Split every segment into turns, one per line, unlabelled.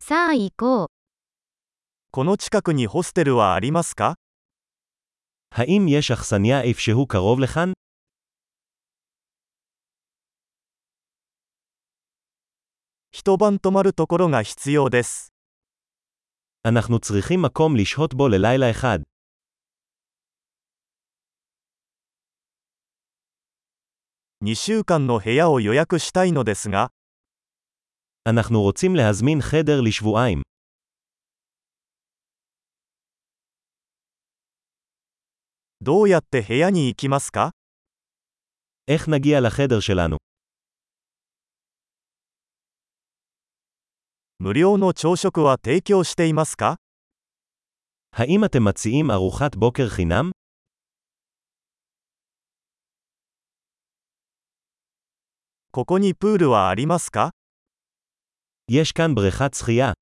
さあ行こう。
この近くにホステルはありますか
האם יש אכסניה איפשהו קרוב לכאן?
一晩泊まるところが必要です。
אנחנו צריכים מקום לשהות בו ללילה אחד.
2週間の部屋を予約したいのですが、
אנחנו רוצים להזמין חדר לשבועיים.
どうやって部屋に行きますか
איך נגיע לחדר שלנו?
無料の朝食は提供していますか
האם אתם מציעים ארוחת בוקר חינם?
ここにプールはありますか
יש כאן בריכת שחייה.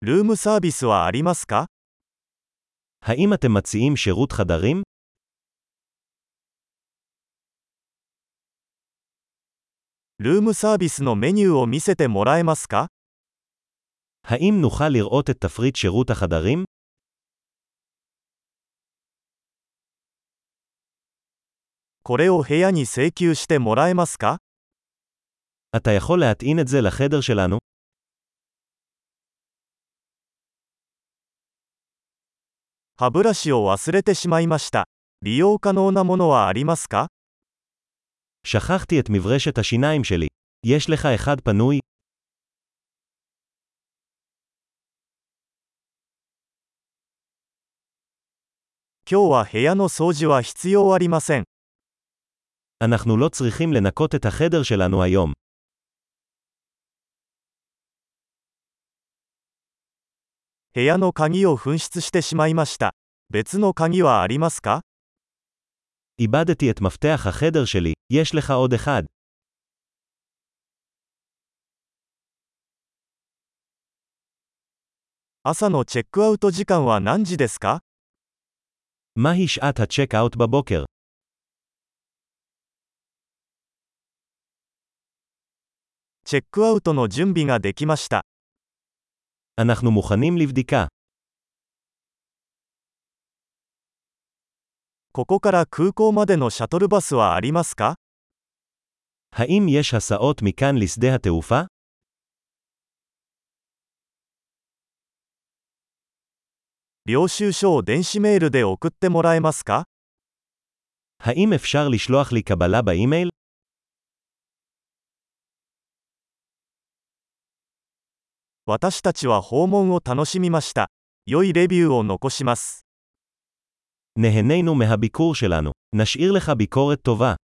ルームサービスはありますか
האם אתם מציעים שירות חדרים?
ルームサービスのメニューを見せてもらえますか
האם נוכל לראות את תפריט שירות החדרים?
これを部屋に請求してもらえますか
אתה יכול להטעין את זה לחדר שלנו?
歯ブラシを忘れてしまいました。利用可能なものはありますか
שכחתי את מברשת השיניים שלי. יש לך אחד פנוי?
今日は部屋の掃除は必要ありません。
אנחנו לא צריכים לנקות את החדר שלנו היום.
部屋の鍵を紛失してしまいました。別の鍵はありますか
איבדתי את מפתח החדר שלי, יש לך עוד אחד.
朝のチェックアウト時間は何時ですか
מהי שעת הצ'ק-אאוט בבוקר?
チェックアウトの準備ができました。
אנחנו מוכנים לבדיקה.
ここから空港までのシャトルバスはありますか
האם יש הסעות מכאן לשדה התעופה?
領収書を電子メールで送ってもらえますか
האם אפשר לשלוח לי קבלה באימייל?
私たちは訪問を楽しみました。良いレビューを残します。
נהנינו מהביקור שלנו. נשאיר לך ביקורת טובה.